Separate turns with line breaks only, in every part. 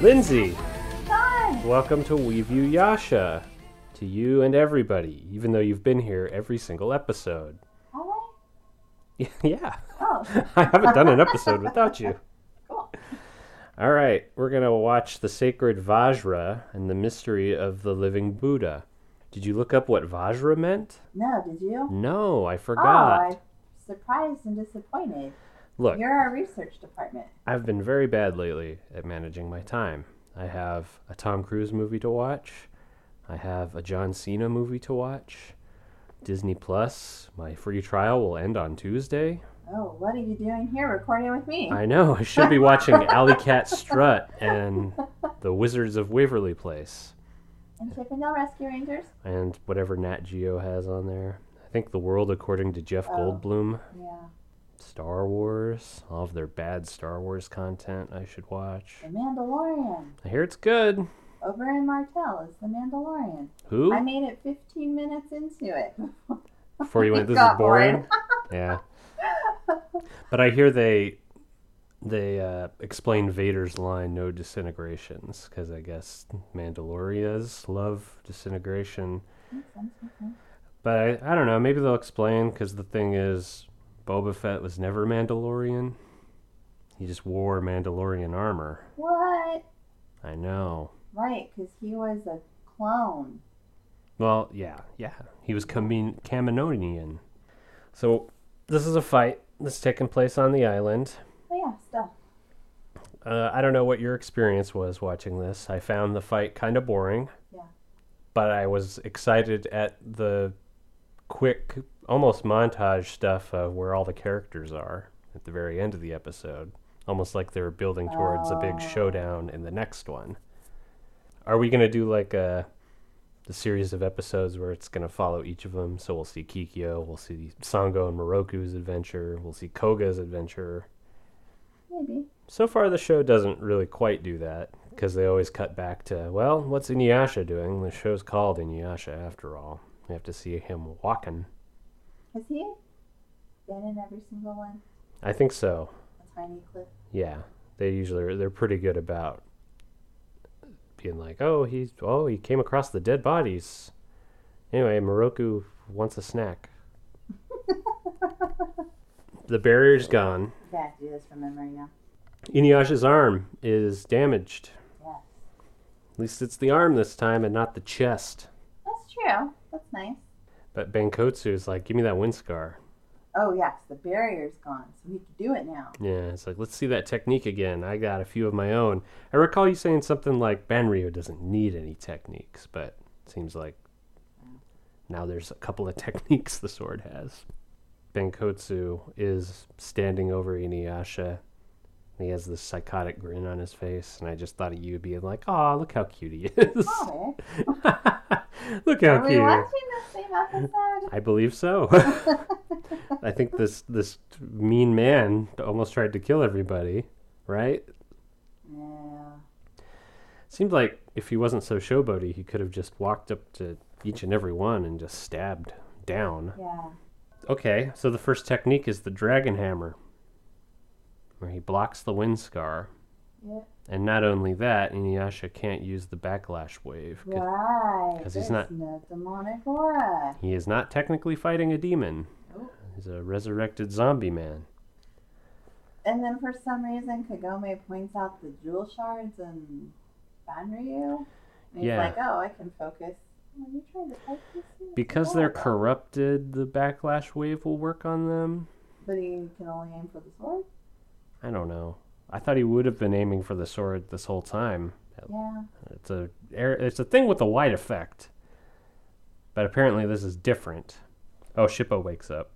Lindsay, welcome to We View Yasha. To you and everybody, even though you've been here every single episode.
Have I?
yeah,
Oh,
I haven't done an episode without you.
cool.
All right, we're going to watch The Sacred Vajra and the Mystery of the Living Buddha. Did you look up what Vajra meant?
No, did you?
No, I
Oh,
forgot.
I'm surprised and disappointed.
Look,
You're our research department.
I've been very bad lately at managing my time. I have a Tom Cruise movie to watch. I have a John Cena movie to watch. Disney Plus, my free trial will end on Tuesday.
Oh, what are you doing here recording with me?
I know, I should be watching Alley Cat Strut and The Wizards of Waverly Place
And Chippendale Rescue Rangers?
and whatever Nat Geo has on there. I think The World According to Jeff
Oh.
Goldblum,
Yeah.
Star Wars, all of their bad Star Wars content I should watch.
The Mandalorian.
I hear it's good.
Over in Martell is The Mandalorian.
Who?
I made it 15 minutes into it.
before you went this is
Got
boring yeah but i hear they they uh, explain vader's line no disintegrations because i guess mandalorians love disintegration
Makes sense, makes sense.
but i, I don't know maybe they'll explain because the thing is boba fett was never mandalorian he just wore mandalorian armor
What?
i know
Right, because he was a clone.
Well, yeah, yeah. He was Camin- Caminonian. So this is a fight that's taking place on the island.
Oh, yeah, stuff.
Uh, I don't know what your experience was watching this. I found the fight kind of boring.
Yeah.
But I was excited at the quick, almost montage stuff of where all the characters are at the very end of the episode. Almost like they were building towards a
Oh.
big showdown in the next one. Are we going to do like a the series of episodes where it's going to follow each of them? So we'll see Kikyo, we'll see Sango and Moroku's adventure, we'll see Koga's adventure.
Maybe.
So far, the show doesn't really quite do that because they always cut back to, well, what's Inuyasha doing? The show's called Inuyasha after all. We have to see him walking.
Has he been in every single one?
I think so.
A tiny clip.
Yeah, they usually are, they're pretty good about being like, oh, he's oh he came across the dead bodies. Anyway, Moroku wants a snack. the barrier's gone.
Yeah, do this from memory now.
Inuyasha's arm is damaged.
Yeah.
At least it's the arm this time and not the chest.
That's true. That's nice.
But Benkotsu is like, give me that wind scar.
Oh yes, the barrier's gone, so we can do it now.
Yeah, it's like, let's see that technique again. I got a few of my own. I recall you saying something like Banryu doesn't need any techniques, but it seems like now there's a couple of techniques the sword has. Benkotsu is standing over Inuyasha. and He has this psychotic grin on his face, and I just thought of you being like, "Aw, look how cute he is!
Oh, Rick,
look how
are we
cute!"
watching the same episode?
I believe so. I think this this mean man almost tried to kill everybody, right?
yeah.
Seemed like if he wasn't so showboaty, he could have just walked up to each and every one and just stabbed down.
Yeah.
Okay, so the first technique is the dragon hammer, where he blocks the wind scar.
Yeah.
And not only that, Inuyasha can't use the backlash wave. 'cause
Right.
'cause he's
there's
not-
no demonic aura.
He is not technically fighting a demon.
Nope.
He's a resurrected zombie man.
And then for some reason, Kagome points out the jewel shards and Banryu. And he's
Yeah.
like, "Oh, I can focus." Well, you tried to focus me? It's
Because they're
horrible.
corrupted, the backlash wave will work on them.
But he can only aim for the sword.
I don't know. I thought he would have been aiming for the sword this whole time.
Yeah.
It's a er- it's a thing with a wide effect. But apparently this is different. Oh, Shippo wakes up.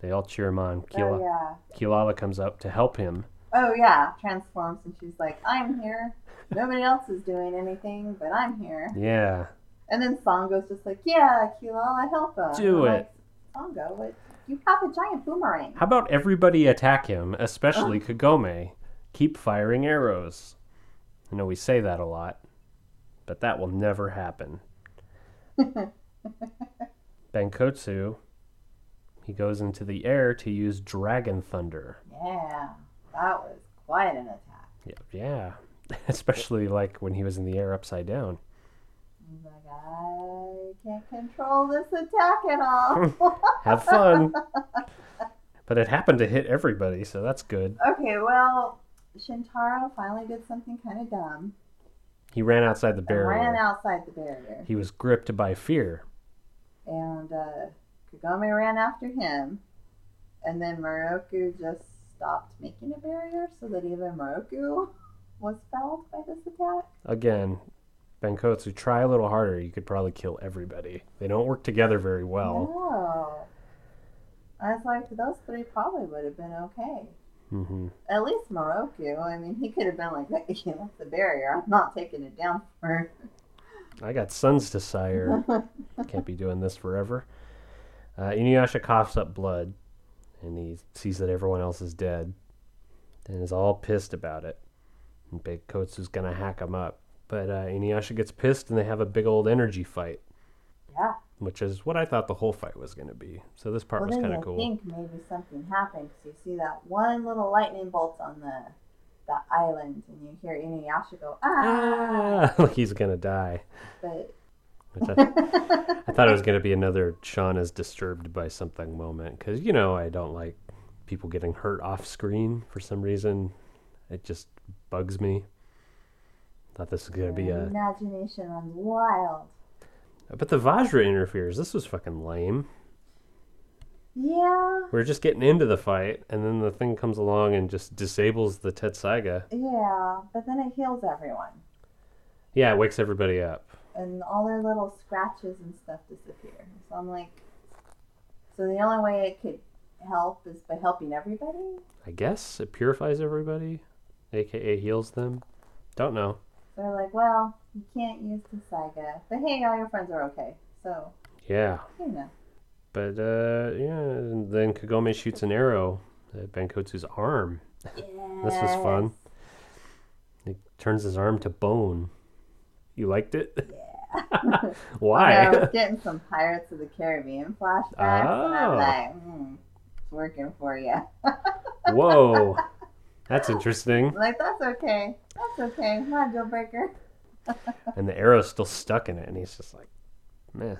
They all cheer him on. Kila
Oh yeah.
Kilala comes up to help him.
Oh yeah, transforms and she's like, I'm here. Nobody else is doing anything, but I'm here.
Yeah.
And then Songo's just like, Yeah, Kilala, help us.
Do
I'm
it.
like, Songo, what? You have a giant boomerang.
How about everybody attack him, especially Kagome? Keep firing arrows. I know we say that a lot, but that will never happen. Benkotsu, he goes into the air to use Dragon Thunder.
Yeah, that was quite an attack.
Yeah, yeah. especially like when he was in the air upside down.
He's like, I can't control this attack at all.
Have fun. but it happened to hit everybody, so that's good.
okay, well, Shintaro finally did something kind of dumb.
He ran outside the
and Ran
barrier.
outside the barrier.
He was gripped by fear.
and uh, Kagome ran after him, and then Moroku just stopped making a barrier so that even Moroku was felled by this attack.
Again, Benkotsu, try a little harder. You could probably kill everybody. They don't work together very well.
No. I was like, those three probably would have been okay.
hmm
At least Moroku. I mean, he could have been like, "Look, you left the barrier. I'm not taking it down for."
I got sons to sire. Can't be doing this forever. Uh, Inuyasha coughs up blood, and he sees that everyone else is dead, and is all pissed about it. And Big Coats is gonna hack him up, but uh, Inuyasha gets pissed, and they have a big old energy fight,
yeah.
which is what I thought the whole fight was gonna be. So this part
Well,
was
then
kind of
you
cool.
think maybe something happened because you see that one little lightning bolt on the the island, and you hear Inuyasha go ah,
Ah, like he's gonna die.
but
Which I, I thought it was gonna be another Sean is disturbed by something moment because you know I don't like people getting hurt off screen for some reason. It just bugs me. Thought this was gonna be uh,
your
a
imagination runs wild.
but the Vajra interferes. This was fucking lame.
Yeah,
We are just getting into the fight and then the thing comes along and just disables the Tetsaiga.
yeah, but then it heals everyone,
Yeah, it wakes everybody up.
and all their little scratches and stuff disappear. So I'm like, so the only way it could help is by helping everybody.
I guess it purifies everybody, aka heals them. Don't know.
They're like, well, you can't use the Saiga, but hey, all your friends are okay. So
Yeah.
you know.
But uh, yeah, and then Kagome shoots an arrow at Benkotsu's arm. was fun. It turns his arm to bone. You liked it?
Yeah. I
Why?
was getting some Pirates of the Caribbean flashbacks, and
Oh.
I'm like, hmm, it's working for you.
Whoa. That's interesting.
Like, that's okay. That's okay. Not a deal breaker.
And the arrow's still stuck in it, and he's just like, meh.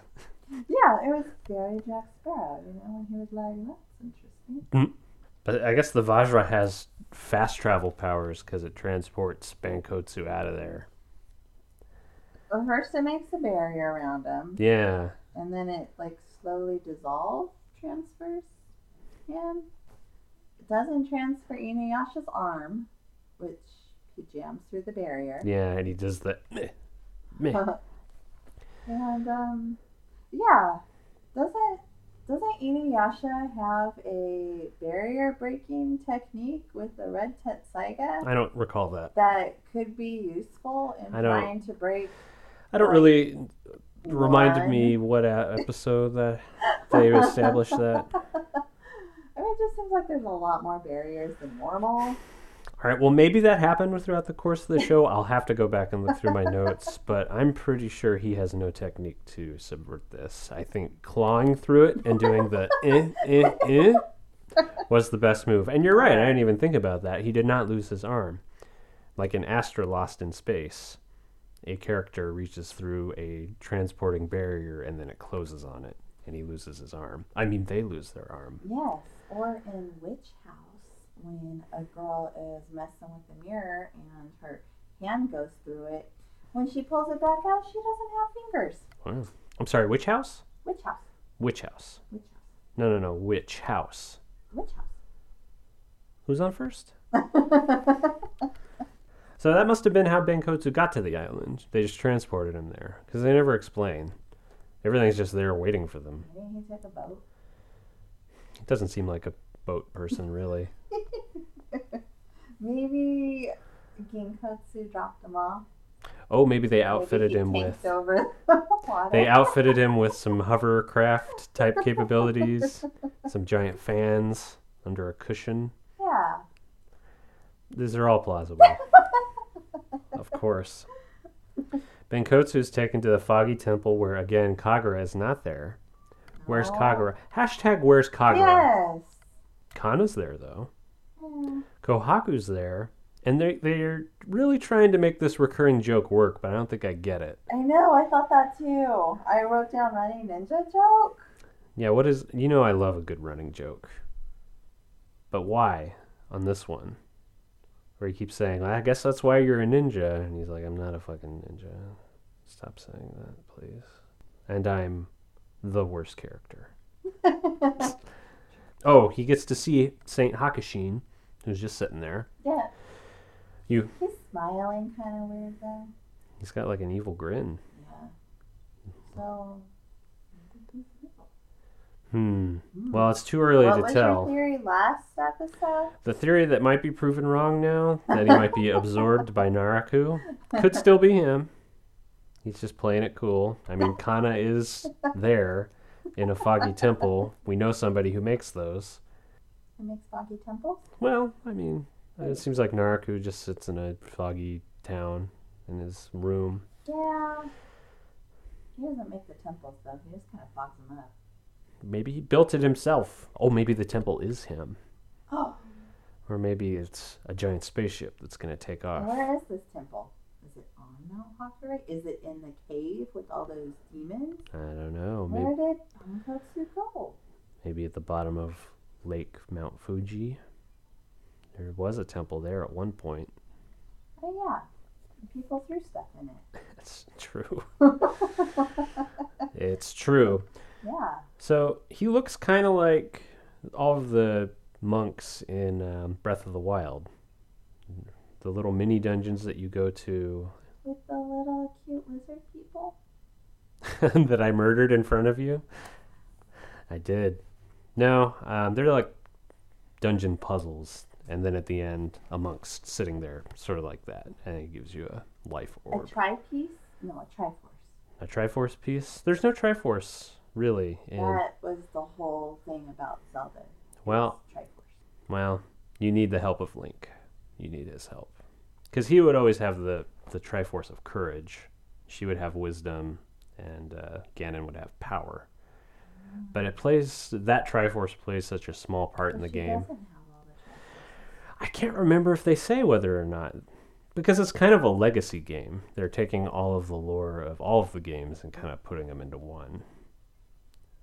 Yeah, it was very Jack Sparrow, you know, and he was like, that's interesting.
But I guess the Vajra has fast travel powers because it transports Bankotsu out of there.
Well, first it makes a barrier around him,
Yeah.
and then it, like, slowly dissolves, transfers him. It doesn't transfer Inuyasha's arm, which he jams through the barrier.
Yeah, and he does the meh. Meh.
and um, yeah, doesn't doesn't Inuyasha have a barrier breaking technique with the red Tetsaiga
I don't recall that.
that could be useful in
I don't-
trying to break?
I don't really reminded
one?
me what uh, episode that they established that.
I mean, it just seems like there's a lot more barriers than normal.
All right, well maybe that happened throughout the course of the show. I'll have to go back and look through my notes, but I'm pretty sure he has no technique to subvert this. I think clawing through it and doing the eh, eh, eh was the best move. And you're right, I didn't even think about that. He did not lose his arm. Like in Astra Lost in Space, a character reaches through a transporting barrier and then it closes on it and he loses his arm. I mean, they lose their arm.
Yes, or in Witch House when a girl is messing with the mirror and her hand goes through it. When she pulls it back out, she doesn't have fingers.
Wow. I'm sorry, which house?
Witch House,
Which house?
Witch House,
No, no, no. Which house?
Witch House.
Who's on first? So that must have been how Benkotsu got to the island. They just transported him there because they never explain. Everything's just there waiting for them.
Maybe he took a boat.
It doesn't seem like a boat person, really.
Maybe Ginkotsu dropped him off.
Oh, maybe they
Maybe
outfitted
he
him
tanked
with
Over the water.
they outfitted him with some hovercraft type capabilities, some giant fans under a cushion.
yeah.
These are all plausible. of course. Benkotsu is taken to the foggy temple where, again, Kagura is not there. Where's
Oh.
Kagura? Hashtag where's Kagura?
Yes.
Kana's there, though.
Mm,
Kohaku's there. And they they're really trying to make this recurring joke work, but I don't think I get it.
I know, I thought that too. I wrote down running ninja joke.
Yeah, what is you know I love a good running joke. But why on this one? Where he keeps saying, I guess that's why you're a ninja and he's like, I'm not a fucking ninja. Stop saying that, please. And I'm the worst character. oh, he gets to see Saint Hakushin, who's just sitting there.
Yeah.
You-
He's smiling kind of weird though.
He's got like an evil grin.
Yeah. So.
Hmm.
hmm.
Well, it's too early
what
to
was
tell.
your theory last episode?
The theory that might be proven wrong now, that he might be absorbed by Naraku, could still be him. He's just playing it cool. I mean, Kana is there in a foggy temple. We know somebody who makes those.
It makes foggy temples.
Well, I mean, it seems like Naraku just sits in a foggy town in his room.
Yeah. He doesn't make the temples though. He just kind of fogs them up.
Maybe he built it himself. Oh, maybe the temple is him.
Oh,
Or maybe it's a giant spaceship that's going to take off.
where is this temple? Is it on Mount Hakurai? Is it in the cave with all those demons?
I don't know. Maybe.
Where did Onkotsu go?
maybe at the bottom of Lake Mount Fuji. There was a temple there at one point.
Oh yeah, And people threw stuff in it.
That's true. it's true.
Yeah.
So he looks kind of like all of the monks in um, Breath of the Wild. The little mini dungeons that you go to
With the little cute lizard people?
that I murdered in front of you. I did. No, um, they're like dungeon puzzles. And then at the end, a monk's sitting there, sort of like that. And it gives you a life
A
orb.
tri piece? No, a triforce.
A Triforce piece? There's no Triforce, really. In,
That was the whole thing about Zelda.
well,
Triforce.
well, you need the help of Link. You need his help. Because he would always have the, the Triforce of Courage. She would have wisdom, and uh, Ganon would have power. But it plays, that Triforce plays such a small part in the
But she
game.
doesn't have all the
I can't remember if they say whether or not because it's kind of a legacy game. They're taking all of the lore of all of the games and kind of putting them into one.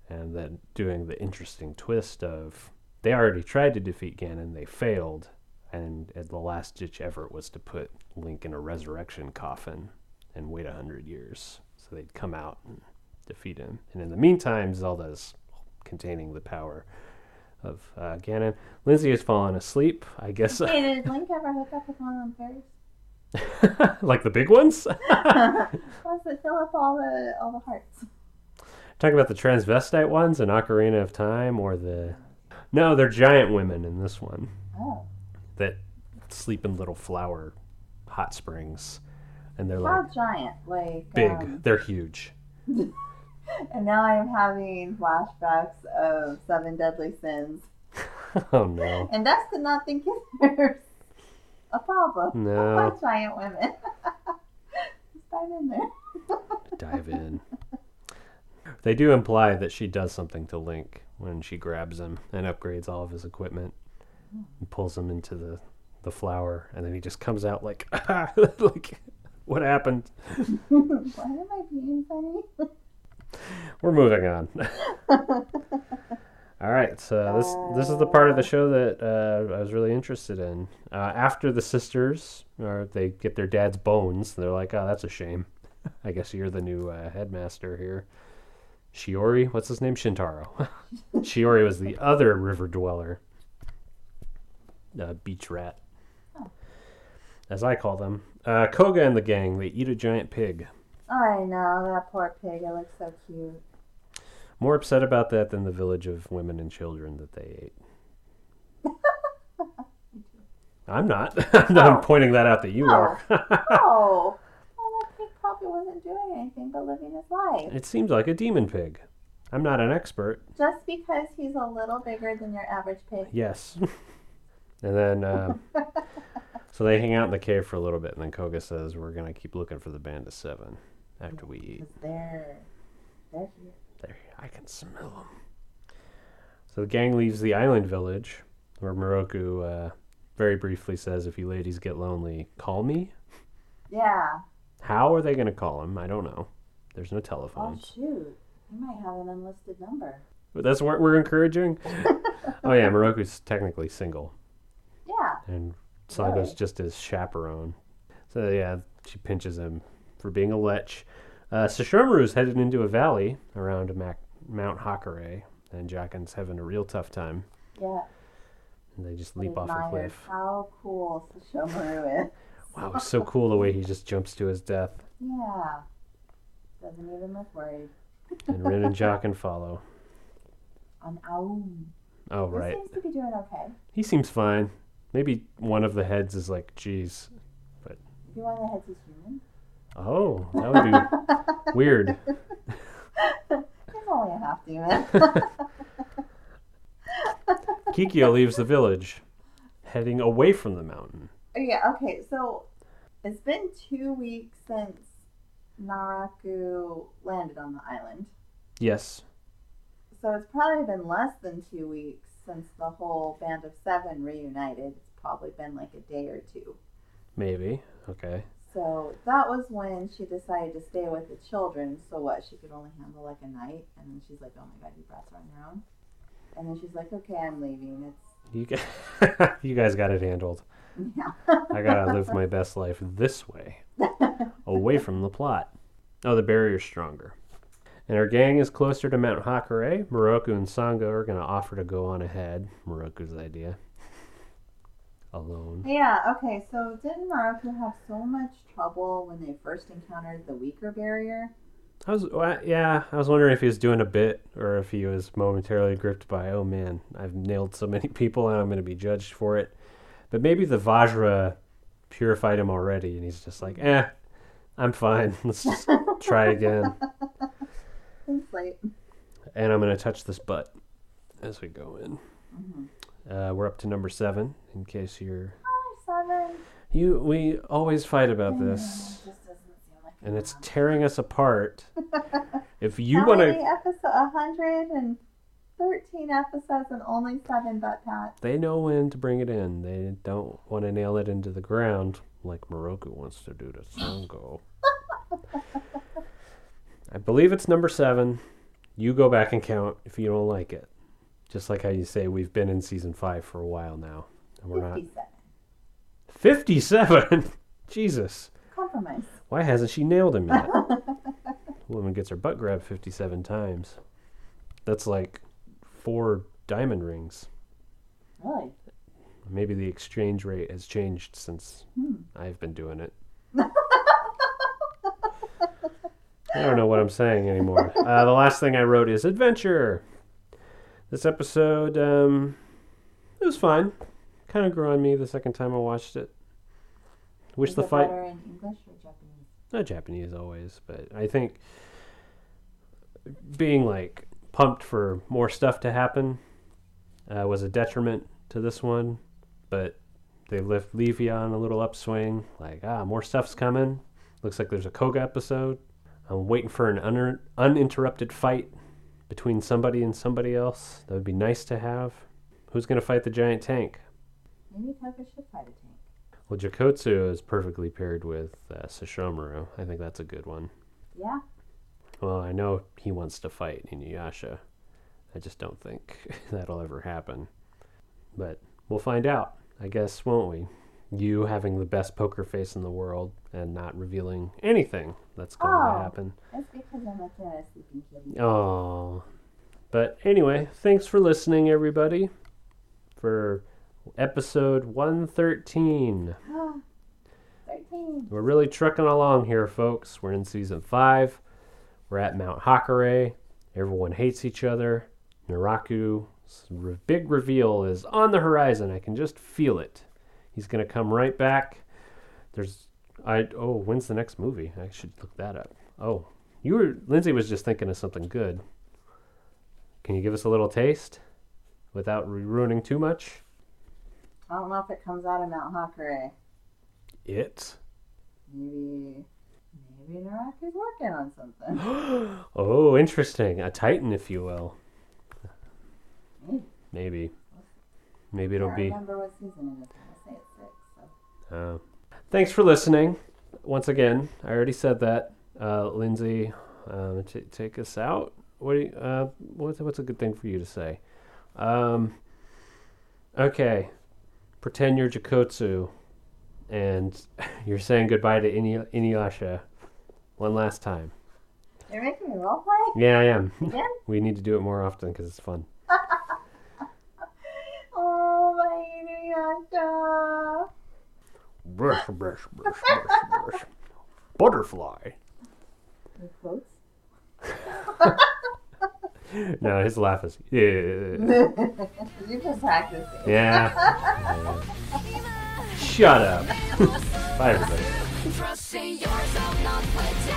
And then doing the interesting twist of they already tried to defeat Ganon, they failed, and at the last ditch effort was to put Link in a resurrection coffin and wait a hundred years. So they'd come out and defeat him. And in the meantime, Zelda's containing the power of uh, Ganon. Lindsay has fallen asleep. I guess
Triforce. Hey, did Link ever hook up with one of them fairies?
like the big ones.
Plus, it fill up all the all the hearts.
Talking about the transvestite ones in Ocarina of Time or the. No, they're giant women in this one
Oh,
that sleep in little flower hot springs. And they're
how
like
giant! Like
big,
um,
they're huge.
and now I'm having flashbacks of Seven Deadly Sins,
oh no.
and that's to not think there's a problem.
No,
With giant women. Just dive in there.
dive in. They do imply that she does something to Link when she grabs him and upgrades all of his equipment and pulls him into the, the flower. And then he just comes out like, like, what happened?
Why am I being funny?
We're moving on. All right, so this this is the part of the show that uh, I was really interested in. Uh, after the sisters, or they get their dad's bones, they're like, "Oh, that's a shame. I guess you're the new uh, headmaster here." Shiori, what's his name? Shintaro. Shiori was the other river dweller, uh, beach rat, as I call them. Uh, Koga and the gang they eat a giant pig.
I know that poor pig. It looks so cute.
More upset about that than the village of women and children that they ate. I'm not. I'm not
Oh.
pointing that out that you are.
Oh, well, that pig probably wasn't doing anything but living his life.
it seems like a demon pig. I'm not an expert.
Just because he's a little bigger than your average pig
Yes. and then, uh, so they hang out in the cave for a little bit, and then Koga says, "We're gonna keep looking for the band of seven after we eat."
Because they're, they're here.
There, I can smell them. So the gang leaves the island village where Moroku uh, very briefly says, "If you ladies get lonely, call me."
Yeah.
How are they going to call him? I don't know. There's no
Oh
telephones.
shoot. You might have an unlisted number.
But that's what we're encouraging. oh yeah, Moroku's technically single,
Yeah.
and Sago's
Really?
just his chaperone. So yeah, she pinches him for being a lech. Uh, Sashomaru is headed into a valley around Mac- Mount Hakare, and Jockin's having a real tough time.
Yeah.
And they just
I
leap off a
admire
cliff.
How cool Sashomaru is.
Wow, it's so cool the way he just jumps to his death.
Yeah. Doesn't even look worried.
And Rin and Jockin follow.
On Aum.
Oh,
This
right.
seems to be doing okay.
He seems fine. Maybe one of the heads is like, geez.
If you want the heads is human.
Oh, that would be weird.
He's only a half demon.
Kikyo leaves the village, heading away from the mountain.
yeah, okay, so it's been two weeks since Naraku landed on the island.
Yes.
So it's probably been less than two weeks since the whole band of seven reunited. It's probably been like a day or two.
Maybe. Okay.
So that was when she decided to stay with the children. So what? She could only handle like a night, and then she's like, "Oh my god, you brats are on your own." And then she's like, "Okay, I'm leaving."
You guys, you guys got it handled.
It's yeah,
I gotta live my best life this way, away from the plot. Oh, the barrier's stronger. And her gang is closer to Mount Hakare. Moroku and Sango are gonna offer to go on ahead. Moroku's idea. Alone.
yeah. Okay, so didn't Maruku have so much trouble when they first encountered the weaker barrier?
I was, well, yeah, I was wondering if he was doing a bit or if he was momentarily gripped by, oh man, I've nailed so many people and I'm going to be judged for it. But maybe the Vajra purified him already and he's just like, eh, I'm fine. Let's just try again.
It's like,
And I'm going to touch this butt as we go in.
mhm.
Uh, we're up to number seven, in case you're.
oh, seven.
You, we always fight about
It
this,
just doesn't seem like
and it's
enough.
tearing us apart. If you
How
want
many
to,
episodes? A hundred and thirteen episodes, and only seven butt pats.
they know when to bring it in. They don't want to nail it into the ground like Morocco wants to do to Songo. I believe it's number seven. You go back and count if you don't like it. Just like how you say we've been in season five for a while now. And we're not.
Fifty-seven.
57! Jesus.
Compromise.
Why hasn't she nailed him yet? Woman gets her butt grabbed 57 times. That's like four diamond rings.
Really?
Maybe the exchange rate has changed since
Hmm.
I've been doing it. I don't know what I'm saying anymore. Uh, the last thing I wrote is adventure. This episode, um, it was fine. Kind of grew on me the second time I watched it. Wish
Is
the
it
fight
better in English or Japanese?
not Japanese always, but I think being like pumped for more stuff to happen uh, was a detriment to this one. But they left Levy on a little upswing. Like ah, more stuff's coming. Looks like there's a Koga episode. I'm waiting for an un- uninterrupted fight between somebody and somebody else. That would be nice to have. Who's gonna fight the giant tank?
Maybe Toga should fight a tank.
Well, Jakotsu is perfectly paired with uh, Sashomaru. I think that's a good one.
Yeah.
Well, I know he wants to fight Inuyasha. I just don't think that'll ever happen. But we'll find out, I guess, won't we? You having the best poker face in the world and not revealing anything that's going
Oh.
to happen.
That's because I'm looking at a sleeping kitty.
Oh. But anyway, thanks for listening, everybody, for episode 113.
Thirteen.
We're really trucking along here, folks. We're in season five. We're at Mount Hakare. Everyone hates each other. Naraku's re- big reveal is on the horizon. I can just feel it. He's gonna come right back. There's I oh when's the next movie? I should look that up. Oh, you were Lindsay was just thinking of something good. Can you give us a little taste without ru- ruining too much?
I don't know if it comes out of Mount Hakare.
It.
Maybe. Maybe Naraku's working on something.
oh, interesting. A titan, if you will.
Mm.
Maybe. Maybe it'll
I
be.
remember what season it is. I'm gonna say
Uh, thanks for listening. Once again, I already said that. Uh, Lindsay, um, t- take us out. What do you, uh, what's, what's a good thing for you to say? Um, okay. Pretend you're Jakotsu and you're saying goodbye to Ini- Inuyasha one last time.
You're making me roleplay?
Yeah, I am.
Yeah.
we need to do it more often because it's fun.
Oh, my Inuyasha.
Brush, brush, brush, brush, brush. Butterfly.
Your quotes?
No, his laugh is. Yeah.
you just practiced it.
yeah. Shut up. Bye, everybody.
Trusting yourself, not with